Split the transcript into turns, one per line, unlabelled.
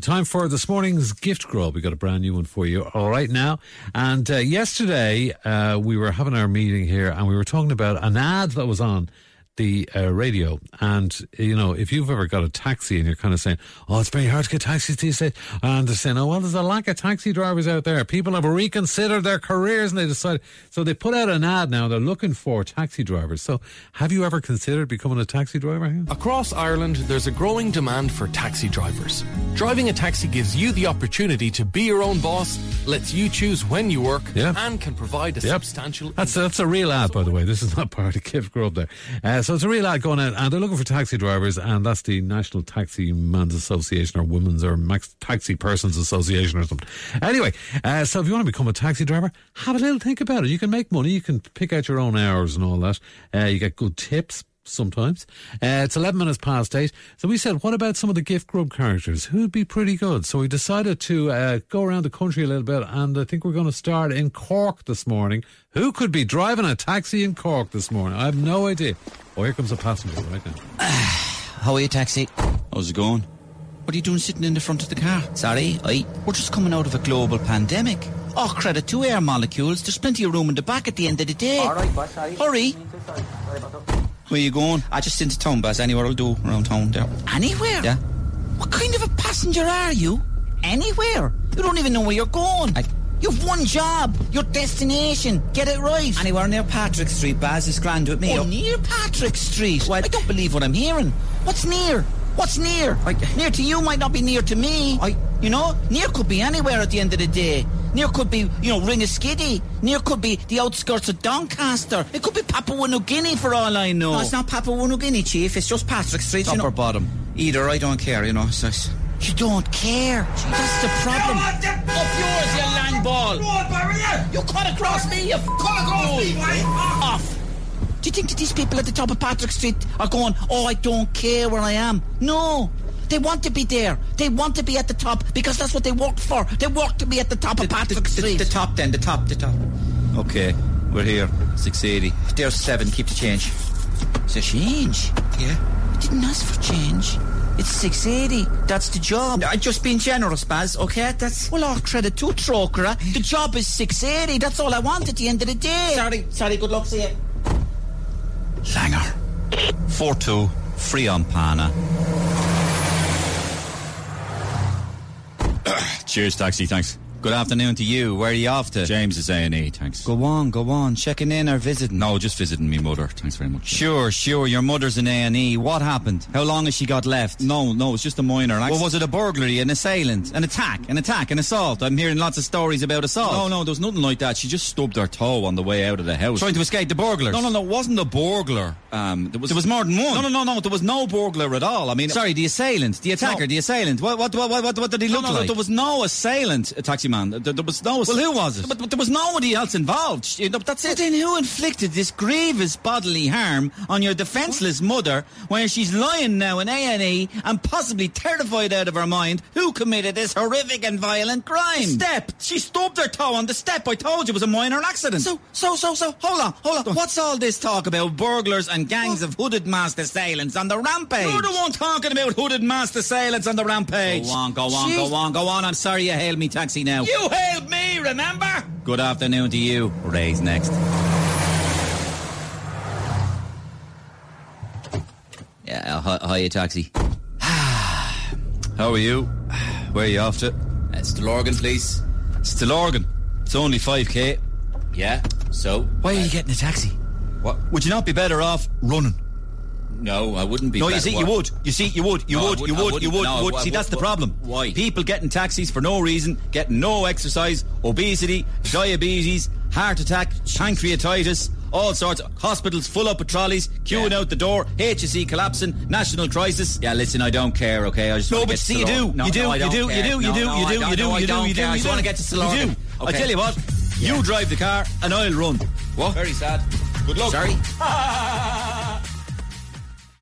Time for this morning's gift grub. We got a brand new one for you all right now. And uh, yesterday uh, we were having our meeting here, and we were talking about an ad that was on the uh, radio. And you know, if you've ever got a taxi and you're kind of saying, "Oh, it's very hard to get taxis these days," and they're saying, "Oh, well, there's a lack of taxi drivers out there. People have reconsidered their careers and they decided." So they put out an ad now. They're looking for taxi drivers. So, have you ever considered becoming a taxi driver? Hugh?
Across Ireland, there's a growing demand for taxi drivers. Driving a taxi gives you the opportunity to be your own boss, lets you choose when you work,
Yeah.
and can provide a
Yep.
substantial.
That's that's a real ad, by the way. This is not part of Kiff Grub there. Uh, so it's a real ad going out, and they're looking for taxi drivers, and that's the National Taxi Man's Association or Women's or Max Taxi Persons Association or something. Anyway, uh, so if you want to become a taxi driver, have a little think about it. You can make money. You can pick out your own hours and all that. Uh, you get good tips. Sometimes uh, it's 11 minutes past 8. So we said, What about some of the gift grub characters? Who'd be pretty good? So we decided to uh, go around the country a little bit, and I think we're going to start in Cork this morning. Who could be driving a taxi in Cork this morning? I have no idea. Oh, here comes a passenger right now.
How are you, taxi?
How's it going? What are you doing sitting in the front of the car?
Sorry, I. We're just coming out of a global pandemic. Oh, credit to air molecules. There's plenty of room in the back at the end of the day. All right, boss, sorry. Hurry.
Where you going?
I just into town, boss. Anywhere will do around town there.
Anywhere?
Yeah? What kind of a passenger are you? Anywhere? You don't even know where you're going. You've one job. Your destination. Get it right. Anywhere near Patrick Street, Baz, is grand with me. Oh, near Patrick Street? I don't believe what I'm hearing. What's near? What's near? near to you might not be near to me. you know, near could be anywhere at the end of the day. Near could be, you know, Ringaskiddy. Near could be the outskirts of Doncaster. It could be Papua New Guinea for all I know.
No, it's
not Papua New Guinea, Chief. It's just Patrick Street.
Top or bottom? Either, I don't care, you know. So it's,
You don't care. That's the problem. Up yours, you land ball. You cut across me, you cut across me, Off. Do you think that these people at the top of Patrick Street are going, oh, I don't care where I am? No. They want to be there. They want to be at the top because that's what they worked for. They worked to be at the top of Patrick Street.
the top then, the top, the top. Okay, we're here. 680. There's seven, keep the change.
It's a change.
Yeah?
I didn't ask for change. It's 680. That's the job.
I'm just being generous, Baz, okay? That's.
Well, all credit to Troker. The job is 680. That's all I want at the end of the day. Sorry, sorry. Good luck, see you.
Langer. 4 2, free on Pana. Cheers, taxi, thanks.
Good afternoon to you. Where are you off to?
James is A&E, thanks.
Go on, go on. Checking in or visiting?
No, just visiting me mother, thanks very much.
Sure, sure. Your mother's in A&E. What happened? How long has she got left?
No, no, it's just a minor.
Well, was it a burglary, an assailant, an attack, an attack, an assault? I'm hearing lots of stories about assault.
No, no, there was nothing like that. She just stubbed her toe on the way out of the house.
Trying to escape the burglars.
No, no, no, it wasn't a burglar. Um, there was
There was more than one.
No, no, no, no, there was no burglar at all. I mean,
Sorry, the assailant, the attacker,
No.
the assailant. What, what, what, what, what did he
no,
look
no,
like?
there was no assailant, uh, taxi man. There, there was no.
Well, who was it?
But, but there was nobody else involved. She- no, that's
So
it.
then who inflicted this grievous bodily harm on your defenceless mother when she's lying now in
E
A&E and possibly terrified out of her mind who committed this horrific and violent crime?
Step. She stubbed her toe on the step. I told you it was a minor accident.
So, so, so, so, hold on, hold on. What's all this talk about burglars and gangs of hooded masked assailants on the rampage?
You're the one talking about hooded masked assailants on the rampage.
Go on, go on,
Jeez.
go on, go on. I'm sorry you hailed me taxi now.
You hailed me, remember?
Good afternoon to you. Ray's next. Yeah, hi, hiya, taxi.
How are you? Where are you off to?
It's Delorgan, Uh, please.
Stillorgan. It's only 5k.
Yeah, so?
Why are you getting a taxi?
What?
Would you not be better off running?
No, I wouldn't be.
No,
better-
you see, you
what?
would. You see, you would. You
No, I
would. You
wouldn't- I
would. You
wouldn't.
would.
No,
you would.
I
See, that's the
wou-
problem.
why?
People getting taxis for no reason, getting no exercise, obesity, diabetes, heart attack, pancreatitis, all sorts. Hospitals full up with trolleys, queuing
Yeah.
out the door. HSE collapsing, national crisis.
Yeah, listen, I don't care, okay? I just
No,
wanna
but
get to
see, you
Delorgan.
do.
No,
you do.
no, I
you
don't
do. You
care.
do. You
No,
do.
no,
you
I
do.
don't-
You do.
no, I
You do.
don't
You do.
care. I
you
just
do.
want to get to Delorgan.
You do. I
Okay.
tell you what. You drive the car, and I'll run. What?
Very sad.
Good luck.
Sorry.